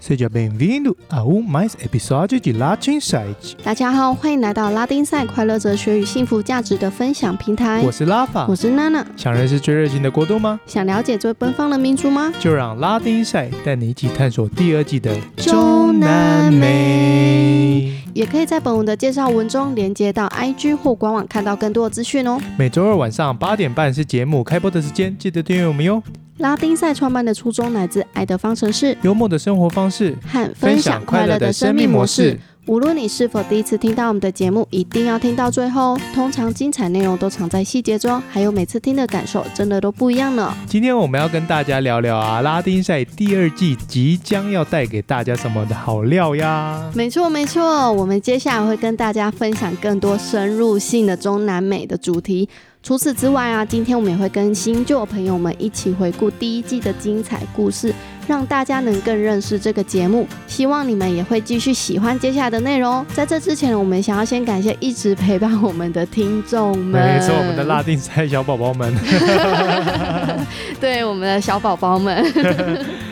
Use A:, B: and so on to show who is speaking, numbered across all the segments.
A: Seja bem-vindo a um mais episódio de Latin Site。
B: 大家好，欢迎来到拉丁赛快乐哲学与幸福价值的分享平台。
A: 我是拉法
B: 我，是娜娜，
A: 想认识最热情的国度吗？
B: 想了解最奔放的民族吗？
A: 就让拉丁赛带你一起探索第二季的
B: 中南
A: 美。
B: 也可以在本文的介绍文中连接到 IG 或官网看到更多的资讯哦。
A: 每周二晚上八点半是节目开播的时间，记得订阅我们哟。
B: 拉丁赛创办的初衷来自爱的方程式
A: 幽默的生活方式，
B: 和分享快乐的生命模式。。无论你是否第一次听到我们的节目，一定要听到最后哦。通常精彩内容都藏在细节中，还有每次听的感受真的都不一样呢。
A: 今天我们要跟大家聊聊啊，拉丁赛第二季即将要带给大家什么的好料呀？
B: 没错，没错，我们接下来会跟大家分享更多深入性的中南美的主题。除此之外啊，今天我们也会跟新旧朋友们一起回顾第一季的精彩故事，让大家能更认识这个节目。希望你们也会继续喜欢接下来的内容哦。在这之前，我们想要先感谢一直陪伴我们的听众们，
A: 没错，我们的拉丁赛小宝宝们。
B: 对我们的小宝宝们。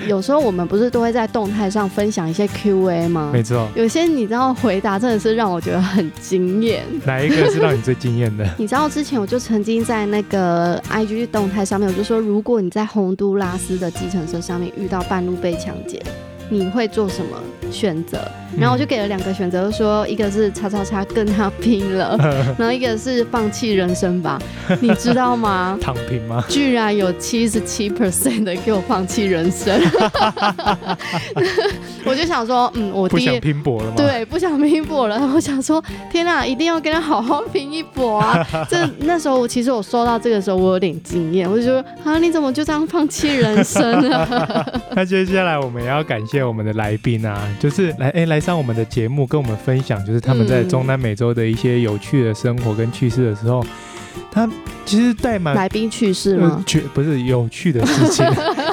B: 有时候我们不是都会在动态上分享一些 Q&A 吗？
A: 没错，
B: 有些你知道回答真的是让我觉得很惊艳。
A: 哪一个是让你最惊艳的？
B: 你知道之前我就曾经在那个 IG 动态上面，我就说，如果你在洪都拉斯的计程车上面遇到半路被抢劫，你会做什么选择？ 然后我就给了两个选择，就说一个是叉叉叉跟他拼 了，然后一个是放弃人生吧。你知道吗？
A: 嗯躺平吗？
B: 居然有七十七 percent 的给我放弃 人生， 我就想说，嗯，我
A: 不
B: 第一
A: 想拼搏了吗？，
B: 对，不想拼搏了。 我想说，天哪、一定要跟他好好拼一搏啊！这那时候我其实我收到这个时候，我有点惊艳，我就觉得啊，你怎么就这样放弃人生啊了？
A: 那接下来我们也要感谢我们的来宾啊，就是来哎来上我们的节目，跟我们分享就是他们在
B: 嗯
A: 中南美洲的一些有趣的生活跟趣事的时候，他其实带满
B: 来宾去世
A: 呃
B: 吗？
A: 去不是有趣的事 情，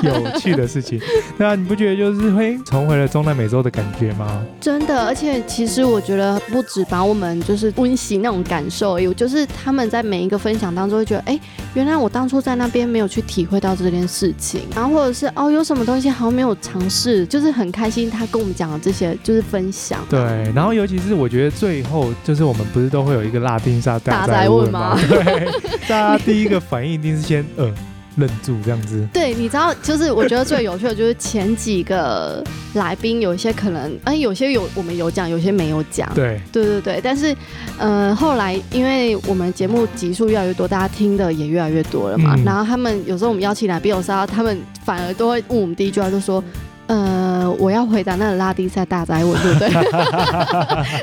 A: 有趣的事情。对啊，你不觉得就是会重回了中南美洲的感觉吗？
B: 真的，而且其实我觉得不止把我们就是温习那种感受而已，就是他们在每一个分享当中会觉得，哎、原来我当初在那边没有去体会到这件事情，然后或者是哦，有什么东西好像没有尝试，就是很开心他跟我们讲的这些就是分享。啊
A: 对，然后尤其是我觉得最后就是我们不是都会有一个拉丁沙
B: 大
A: 灾
B: 灾
A: 问
B: 问吗
A: 对，大家第一个反应一定是先呃愣住这样子。
B: 对，你知道，就是我觉得最有趣的就是前几个来宾，有一些可能，哎、有些有我们有讲，有些没有讲。
A: 对，
B: 对对对，但是，呃，后来因为我们节目集数越来越多，大家听的也越来越多了嘛，
A: 嗯
B: 然后他们有时候我们邀请来宾，有时候他们反而都会问我们第一句话，就说。呃，我要回答那个拉丁赛大灾问，对 不对？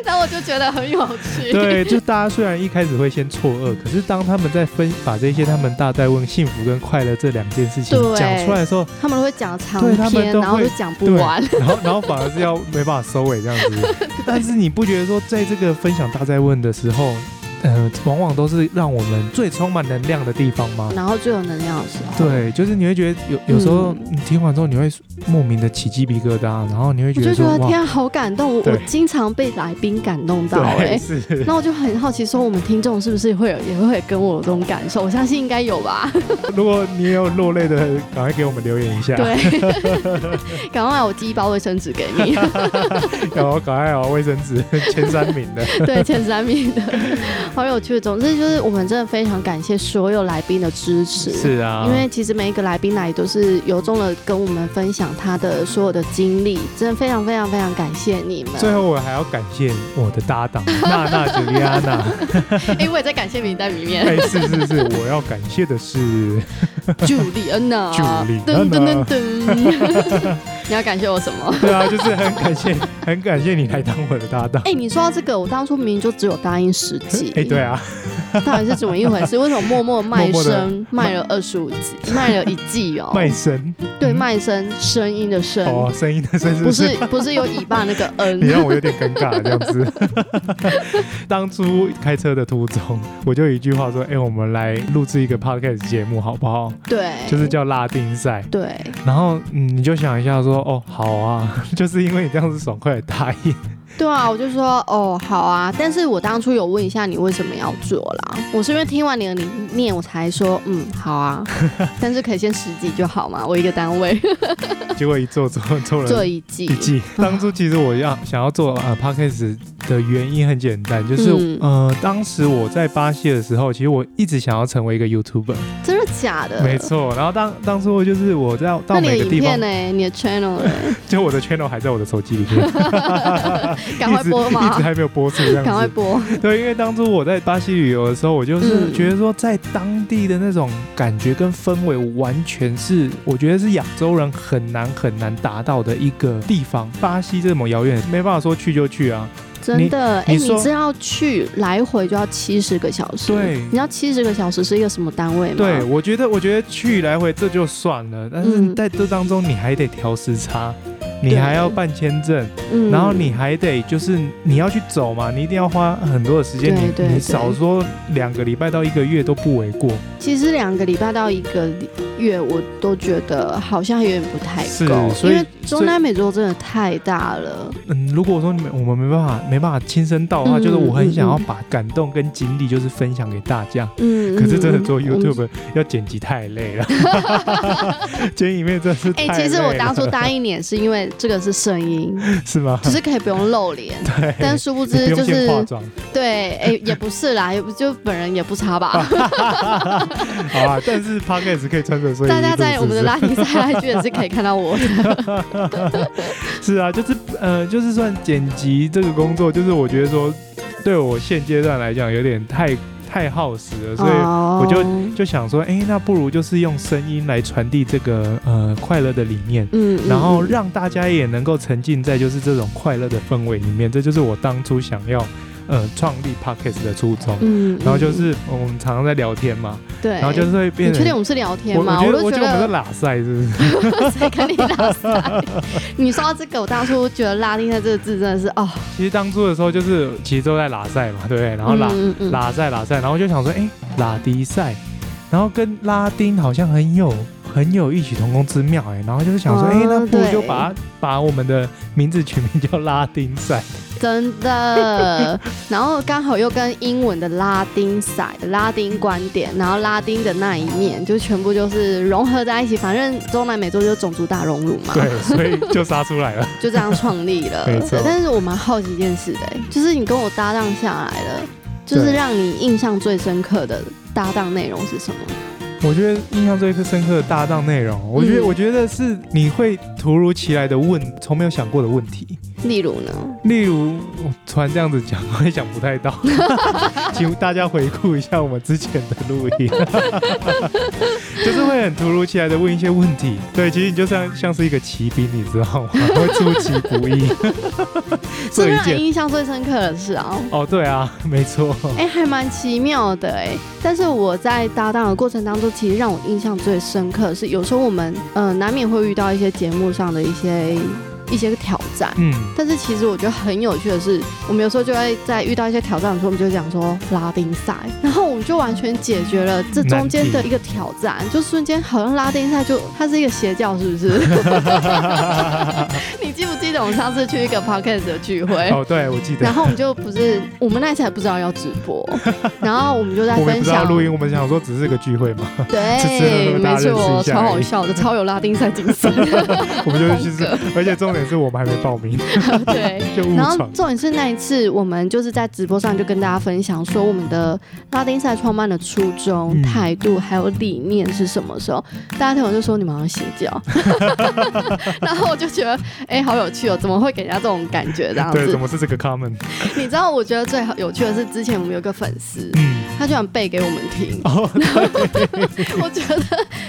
B: 然后我就觉得很有趣。
A: 对，就大家虽然一开始会先错愕，可是当他们在分把这些他们大在问幸福跟快乐这两件事情
B: 对
A: 讲出来的时候，
B: 他们会讲长
A: 对他们
B: 篇，
A: 都
B: 然后
A: 会
B: 就讲不
A: 对
B: 完。
A: 然后然后反而是要没办法收尾这样 子。但是你不觉得说，在这个分享大在问的时候，呃，往往都是让我们最充满能量的地方吗？
B: 然后最有能量的时候，
A: 对，就是你会觉得有有时候
B: 嗯
A: 你听完之后，你会莫名的起鸡皮疙瘩，然后你会
B: 我
A: 觉
B: 就
A: 得
B: 觉
A: 说
B: 得
A: 哇，
B: 天、啊，好感动！我
A: 对
B: 我经常被来宾感动到
A: 对，
B: 哎、
A: 是。
B: 那我就很好奇，说我们听众是不是会有也会跟我有这种感受？我相信应该有吧。
A: 如果你也有落泪的，赶快给我们留言一下，
B: 对， 赶快我寄一包卫生纸给 你，
A: 然后赶快哦，卫生纸 前三名的。
B: 对，前三名的，好有趣。总之就是我们真的非常感谢所有来宾的支持。
A: 是啊，
B: 因为其实每一个来宾来都是由衷的跟我们分享他的所有的经历，真的非常非常非常感谢你们。
A: 最后我还要感谢我的搭档娜娜吉丽安娜。
B: 哎、我也在感谢名单里面。
A: 哎，是是是，我要感谢的是，
B: 朱莉安娜，
A: 朱莉安
B: 啊噔
A: 娜
B: 噔噔噔， 你要感谢我什么？
A: 对啊，就是很感谢，很感谢你来当我的搭 档。
B: 哎、你说到这个，我当初明明就只有答应十集，
A: 哎，对，啊，
B: 到底是怎么一回事？ 为什么默默卖
A: 默默地
B: 身卖了二十五集，卖了一季哦？
A: 卖身
B: 对，卖身声音的声，
A: 哦，声音的声是
B: 不
A: 不是？
B: 是 不是有尾巴那个
A: 你
B: 嗯，
A: 让我 有点尴尬这样子。 当初开车的途中，我就有一句话说：“哎、我们来录制一个 podcast 节目好不好？
B: 对，
A: 就是叫拉丁赛。
B: 对，”
A: 然后嗯，你就想一下说：“哦，好啊。”就是因为你这样子爽快的答应，
B: 对啊，我就说哦，好啊。但是我当初有问一下你为什么要做啦，我是因为听完你的理念，我才说嗯，好啊。但是可以先十集就好嘛，我一个单位
A: 结果一做做做了
B: 做一季
A: 一。季。当初其实我要想要做呃 podcast 的原因很简单，就是、
B: 嗯
A: 呃，当时我在巴西的时候，其实我一直想要成为一个 YouTuber，、
B: 真的假的？
A: 没。错。然后当当初就是我在
B: 呃那
A: 到
B: 你的
A: 每个
B: 影
A: 地
B: 片
A: 方，
B: 呢、你的 channel 呢、
A: 就我的 channel 还在我的手机里面，
B: 赶快
A: 一直
B: 播
A: 一
B: 嘛
A: 直，还没有播出这样
B: 赶快
A: 子。
B: 播。
A: 对，因为当初我在巴西旅游的时候，我就是
B: 嗯
A: 觉得说，在当地的那种感觉跟氛围，完全是我觉得是亚洲人很难很难达到的一个地方。巴西这么遥远，没办法说去就去啊。
B: 真的，哎、
A: 你
B: 你
A: 说
B: 是要去来回就要七十个小时？
A: 对
B: 你知道七十个小时是一个什么单位吗？
A: 对，，我觉得我觉得去来回这就算了，但是
B: 嗯
A: 在这当中你还得调时差。你
B: 对
A: 还要办签证，
B: 嗯
A: 然后你还得就是你要去走嘛，你一定要花很多的时间，
B: 对
A: 你
B: 对
A: 你
B: 对
A: 少说两个礼拜到一个月都不为过。
B: 其实两个礼拜到一个月，我都觉得好像有点不太够
A: 是，所
B: 因
A: 以
B: 为中南美洲真的太大了。
A: 嗯，如果说你们我们没办法没办法亲身到的话，
B: 嗯
A: 就是我很想要
B: 嗯嗯
A: 把感动跟经历就是分享给大家。
B: 嗯，
A: 可是真的做
B: 嗯嗯嗯
A: YouTube 要剪辑太累 了，剪影片真是
B: 哎、
A: 太累了。
B: 其实我当初答应你也是因为这个是 声音，
A: 是吗？，
B: 只是可以不用露脸
A: 对，
B: 但殊不
A: 你
B: 知
A: 不
B: 就
A: 用先
B: 是
A: 化妆
B: 对，哎、也不 是啦，也不就本人也不差吧。
A: 啊 好啊，但是 Podcast 可以穿着睡衣录，
B: 大家在
A: 是
B: 我
A: 不
B: 们的
A: 是
B: 拉力赛 IG 也是可以看到我的。
A: 是啊，就是呃，就是算剪辑这个工作，就是我觉得说对我现阶段来讲有点太太耗时了，
B: 哦
A: 所以
B: 我
A: 就就想说，哎、那不如就是用声音来传递这个呃快乐的理念，
B: 嗯，
A: 然后
B: 嗯
A: 让大家也能够沉浸在就是这种快乐的氛围里面，这就是我当初想要呃创立 podcast 的初衷。
B: 嗯，嗯
A: 然后就是呃我们常常在聊天嘛，
B: 对，
A: 然后就是会变
B: 你确
A: 成
B: 定我们是聊天
A: 我
B: 吗？
A: 我觉得
B: 都
A: 我
B: 觉
A: 觉得我们在拉塞是不是？
B: 谁跟你拉 塞？ 你说到这个，我当初觉得“拉丁”赛这个字真的是哦，
A: 其实当初的时候就是其实都在拉塞嘛，对不对？然后拉、
B: 嗯嗯嗯
A: 拉塞拉塞，然后就想说，哎、拉迪赛，然后跟拉丁好像很有很有异曲同工之妙哎、然后就是想说，
B: 哦
A: 哎、那不如
B: 对
A: 就把它把我们的名字取名叫拉丁 赛，
B: 真 的。然后刚好又跟英文的拉丁赛、拉丁观点，然后拉丁的那一面，就全部就是融合在一起。反正中南美洲就是种族大熔炉嘛，
A: 对，所以就杀出来了。
B: 就这样创立了。
A: 没错
B: 对但是我蛮好奇一件事的、欸就是你跟我搭档下来了，就是
A: 对
B: 让你印象最深刻的搭档内容是什么？
A: 我觉得印象最深刻的搭档内容，我觉得、
B: 嗯
A: 我觉得是你会突如其来的问从没有想过的问题，
B: 例如呢？
A: 例如我突然这样子讲，我也想不太 到，请大家回顾一下我们之前的录音， 就是会很突如其来的问一些问题。对，其实你就像像是一个骑兵，你知道吗？会出其不 意，做
B: 是
A: 一
B: 让
A: 件
B: 啊你印象最深刻的事啊、
A: 哦，对啊，没错，
B: 哎、还蛮奇妙的哎、但是我在搭档的过程当中，其实让我印象最深刻的是，有时候我们呃难免会遇到一些节目上的一些一些挑战。
A: 嗯，
B: 但是其实我觉得很有趣的是，我们有时候就会在遇到一些挑战的时候，我们就讲说拉丁赛，然后我们就完全解决了这中间的一个挑战，就瞬间好像拉丁赛就它是一个邪教，是不 是？你记不记得我们上次去一个 podcast 的聚会？
A: 哦，对，我记得。
B: 然后我们就不是，我们那一次还不知道要直播， 然后我们就在
A: 我们
B: 分
A: 不知道
B: 享，
A: 录音，我们想说只是个聚会 嘛，
B: 对，
A: 大
B: 没
A: 家认识一下而已
B: 错，超好笑的，超有拉丁赛精 神，
A: 我们就是其实
B: 风，
A: 而且重点是我们还没报 名，
B: 对。
A: 就误
B: 然后
A: 闯。
B: 重点是那一次，我们就是在直播上就跟大家分享说，我们的拉丁赛创办的初衷、
A: 嗯
B: 态度还有理念是什么时候？大家听我就说你们好像邪 教， 然后我就觉得哎、好有趣哦，怎么会给人家这种感觉这样
A: 对，
B: 子
A: 怎？么是这个 comment？
B: 你知道，我觉得最好有趣的是，之前我们有个粉丝，
A: 嗯，
B: 他居然背给我们听，
A: 哦，
B: 我觉得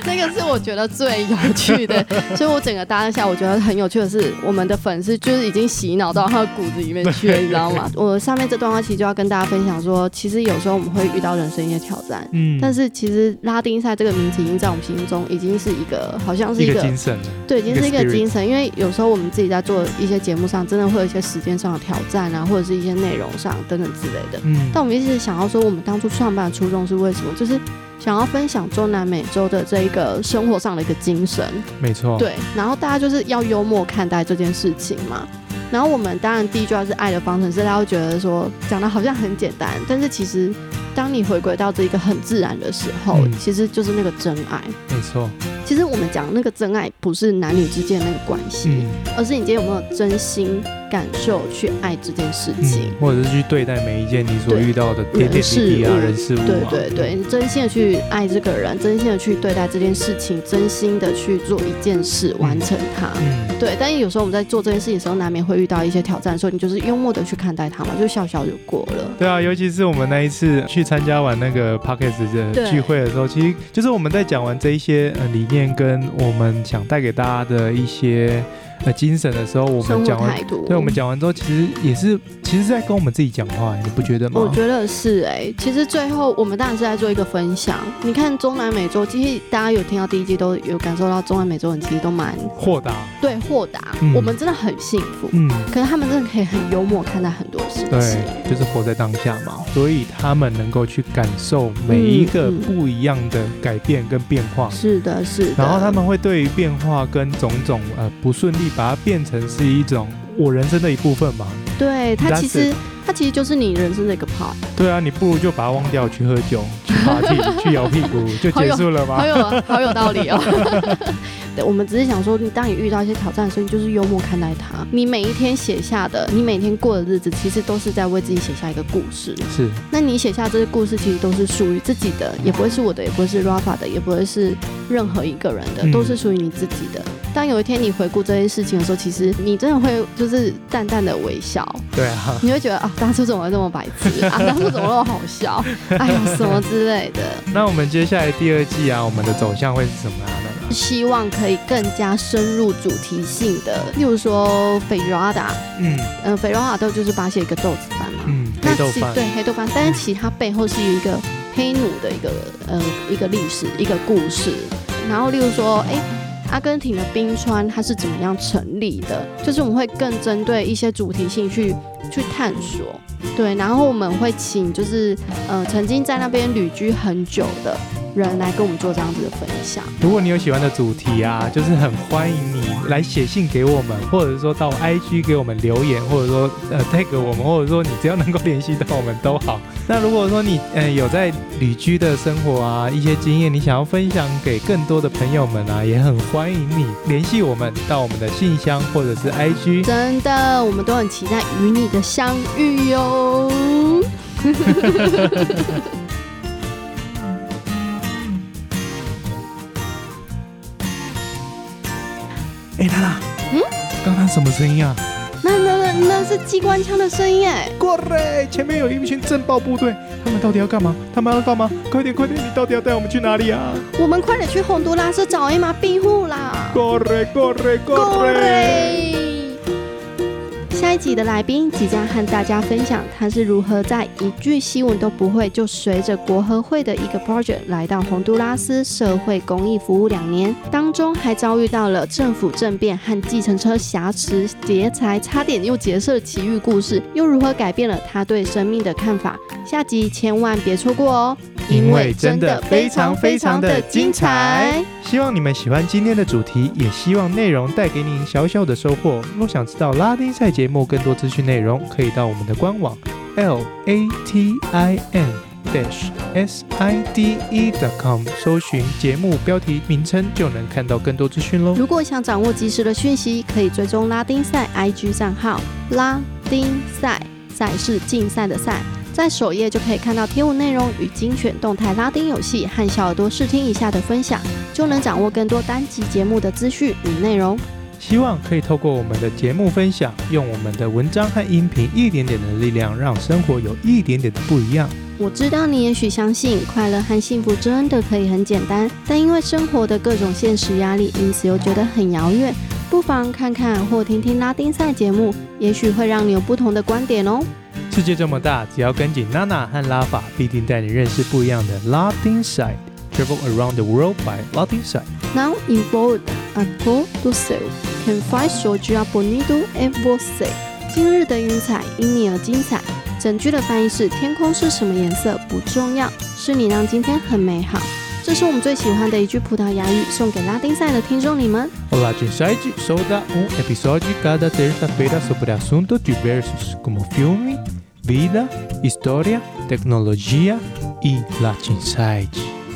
B: 那个是我觉得最有趣的，所以我整个搭档下，我觉得很有趣的是，我们的粉丝就是已经洗脑到他的骨子里面去了，你知道吗？我上面这段话其实就要跟大家分享说，其实有时候我们会遇到人生一些挑战。
A: 嗯，
B: 但是其实拉丁赛这个名词已经在我们心中已经是一个，好像是
A: 一
B: 一
A: 个
B: 个
A: 精神了。
B: 对，已经
A: 一个
B: 是一个
A: spirit
B: 精神，因为有时候我们自己在做一些节目上，真的会有一些时间上的挑战啊，或者是一些内容上等等之类的。
A: 嗯，
B: 但我们一直想要说，我们当初创办的初衷是为什么？就是想要分享中南美洲的这一个生活上的一个精神，
A: 没错。
B: 对。然后大家就是要幽默看待这件事情嘛。然后我们当然第一句话是爱的方程式，大家会觉得说讲的好像很简单，但是其实当你回归到这一个很自然的时候，
A: 嗯
B: 其实就是那个真爱。
A: 没错，
B: 其实我们讲那个真爱不是男女之间的那个关系，
A: 嗯
B: 而是你今天有没有真心感受去爱这件事情
A: 嗯。，或者是去对待每一件你所
B: 对
A: 遇到的点点滴滴啊、
B: 人
A: 人事物
B: 对
A: 啊，
B: 对对，你真心的去爱这个人，真心的去对待这件事情，真心的去做一件事，完成它。
A: 嗯，
B: 对，但有时候我们在做这件事情的时候，难免会遇到一些挑战的时候，你就是幽默的去看待它嘛，就笑笑就过了。
A: 对啊，尤其是我们那一次去参加完那个 p o c k e t
B: 对
A: 的聚会的时候，其实就是我们在讲完这一些呃理念跟我们想带给大家的一些呃精神的时候，我们
B: 生活
A: 讲完，
B: 态度，
A: 对我们讲完之后，其实也是其实是在跟我们自己讲话，你不觉得吗？
B: 我觉得是哎、其实最后我们当然是在做一个分享。你看中南美洲，其实大家有听到第一季都有感受到，中南美洲人其实都蛮
A: 豁达，
B: 对豁达，
A: 嗯
B: 我们真的很幸福。
A: 嗯，
B: 可是他们真的可以很幽默看待很多事情。
A: 对，就是活在当下嘛，所以他们能够去感受每一个
B: 嗯嗯
A: 不一样的改变跟变化。
B: 是的，是的。
A: 然后他们会对于变化跟种种呃不顺利，把它变成是一种我人生的一部分嘛。
B: 对他
A: That's
B: 其实他其实就是你人生的一个 part，
A: 对啊，你不如就把它忘掉，去喝酒，去 party，去摇屁股，就结束了
B: 好
A: 吧。
B: 有好有道理哦。 对，我们只是想说，你当你遇到一些挑战的时候，你就是幽默看待它。你每一天写下的，你每天过的日子，其实都是在为自己写下一个故事。
A: 是，
B: 那你写下这些故事，其实都是属于自己的，也不会是我的，也不会是 Rafa 的，也不会是任何一个人的，
A: 嗯
B: 都是属于你自己的。当有一天你回顾这些事情的时候，其实你真的会就是淡淡的微笑，
A: 对啊，
B: 你会觉得啊，当初怎么会这么白痴啊，当初怎么那么好笑，哎呀，什么之类的。
A: 那我们接下来第二季啊，我们的走向会是什么啊样的呢？
B: 希望可以更加深入主题性的，例如说 f e r a d a
A: 嗯
B: 嗯 f e r a d a 就是巴西一个豆子饭嘛，
A: 嗯，
B: 那
A: 黑豆
B: 其
A: 饭，
B: 对黑豆饭，但是其实它背后是有一个黑奴的一个呃一个历史一个故事。然后例如说，哎、阿根廷的冰川它是怎么样成立的？就是我们会更针对一些主题性去去探索。对，然后我们会请就是呃曾经在那边旅居很久的人来跟我们做这样子的分享。
A: 如果你有喜欢的主题啊，就是很欢迎你来写信给我们，或者是说到 IG 给我们留言，或者说呃 tag 我们，或者说你只要能够联系到我们都好。那如果说你嗯、呃有在旅居的生活啊一些经验，你想要分享给更多的朋友们啊，也很欢迎你联系我们到我们的信箱或者是 IG。
B: 真的，我们都很期待与你的相遇哟、
A: 哎，娜娜，
B: 嗯，
A: 刚刚什么声音啊？
B: 那那那那是机关枪的声音哎！
A: 过来，前面有一群政报部队，他们到底要干嘛？他们要干嘛？快点快点，你到底要带我们去哪里啊？
B: 我们快点去洪都拉斯找一马庇护啦！
A: Corre, corre,
B: 瑞！下一集的来宾即将和大家分享他是如何在一句西文都不会，就随着国合会的一个 project 来到洪都拉斯社会公益服务两年，当中还遭遇到了政府政变和计程车挟持劫财，差点又劫色的奇遇故事，又如何改变了他对生命的看法？下集千万别错过哦，
A: 因为真的非常非常的精彩。希望你们喜欢今天的主题，也希望内容带给您小小的收获。若想知道拉丁赛节目更多资讯内容，可以到我们的官网 l a t i n dash s i d e dot com 搜寻节目标题名称，就能看到更多资讯喽。
B: 如果想掌握及时的讯息，可以追踪拉丁赛 IG 账号拉丁赛，赛是竞赛的赛，在首页就可以看到贴文内容与精选动态拉丁游戏和小耳朵试听一下的分享，就能掌握更多单集节目的资讯与内容。
A: 希望可以透过我们的节目分享，用我们的文章和音频一点点的力量，让生活有一点点的不一样。
B: 我知道你也许相信快乐和幸福真的可以很简单，但因为生活的各种现实压力，因此又觉得很遥远。不妨看看或听听拉丁赛节目，也许会让你有不同的观点哦。
A: 世界这么大，只要跟紧娜娜和拉法，必定带你认识不一样的拉丁 side。Travel around the world by Latin side。
B: Now in bold and go do so can find so gia bonito and você。今日的云彩因你而精彩。整句的翻译是：天空是什么颜色不重要，是你让今天很美好。这是我们最喜欢的一句葡萄牙语，送给拉丁赛的听众你们。
A: Olá, Ginside. Sou da um episódio cada terça-feira sobre assuntos diversos como filme, vida, história, tecnologia e Latin Side.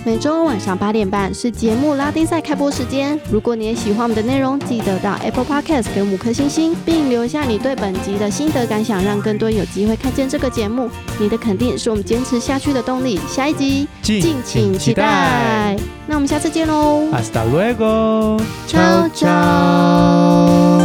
B: 每周晚上八点半是节目拉丁赛开播时间。如果你也喜欢我们的内容，记得到 Apple Podcast 给我们五颗星星，并留下你对本集的心得感想，让更多人有机会看见这个节目。你的肯定是我们坚持下去的动力。下一集敬请期待。那我们下次见喽，
A: Hasta luego.
B: Ciao, ciao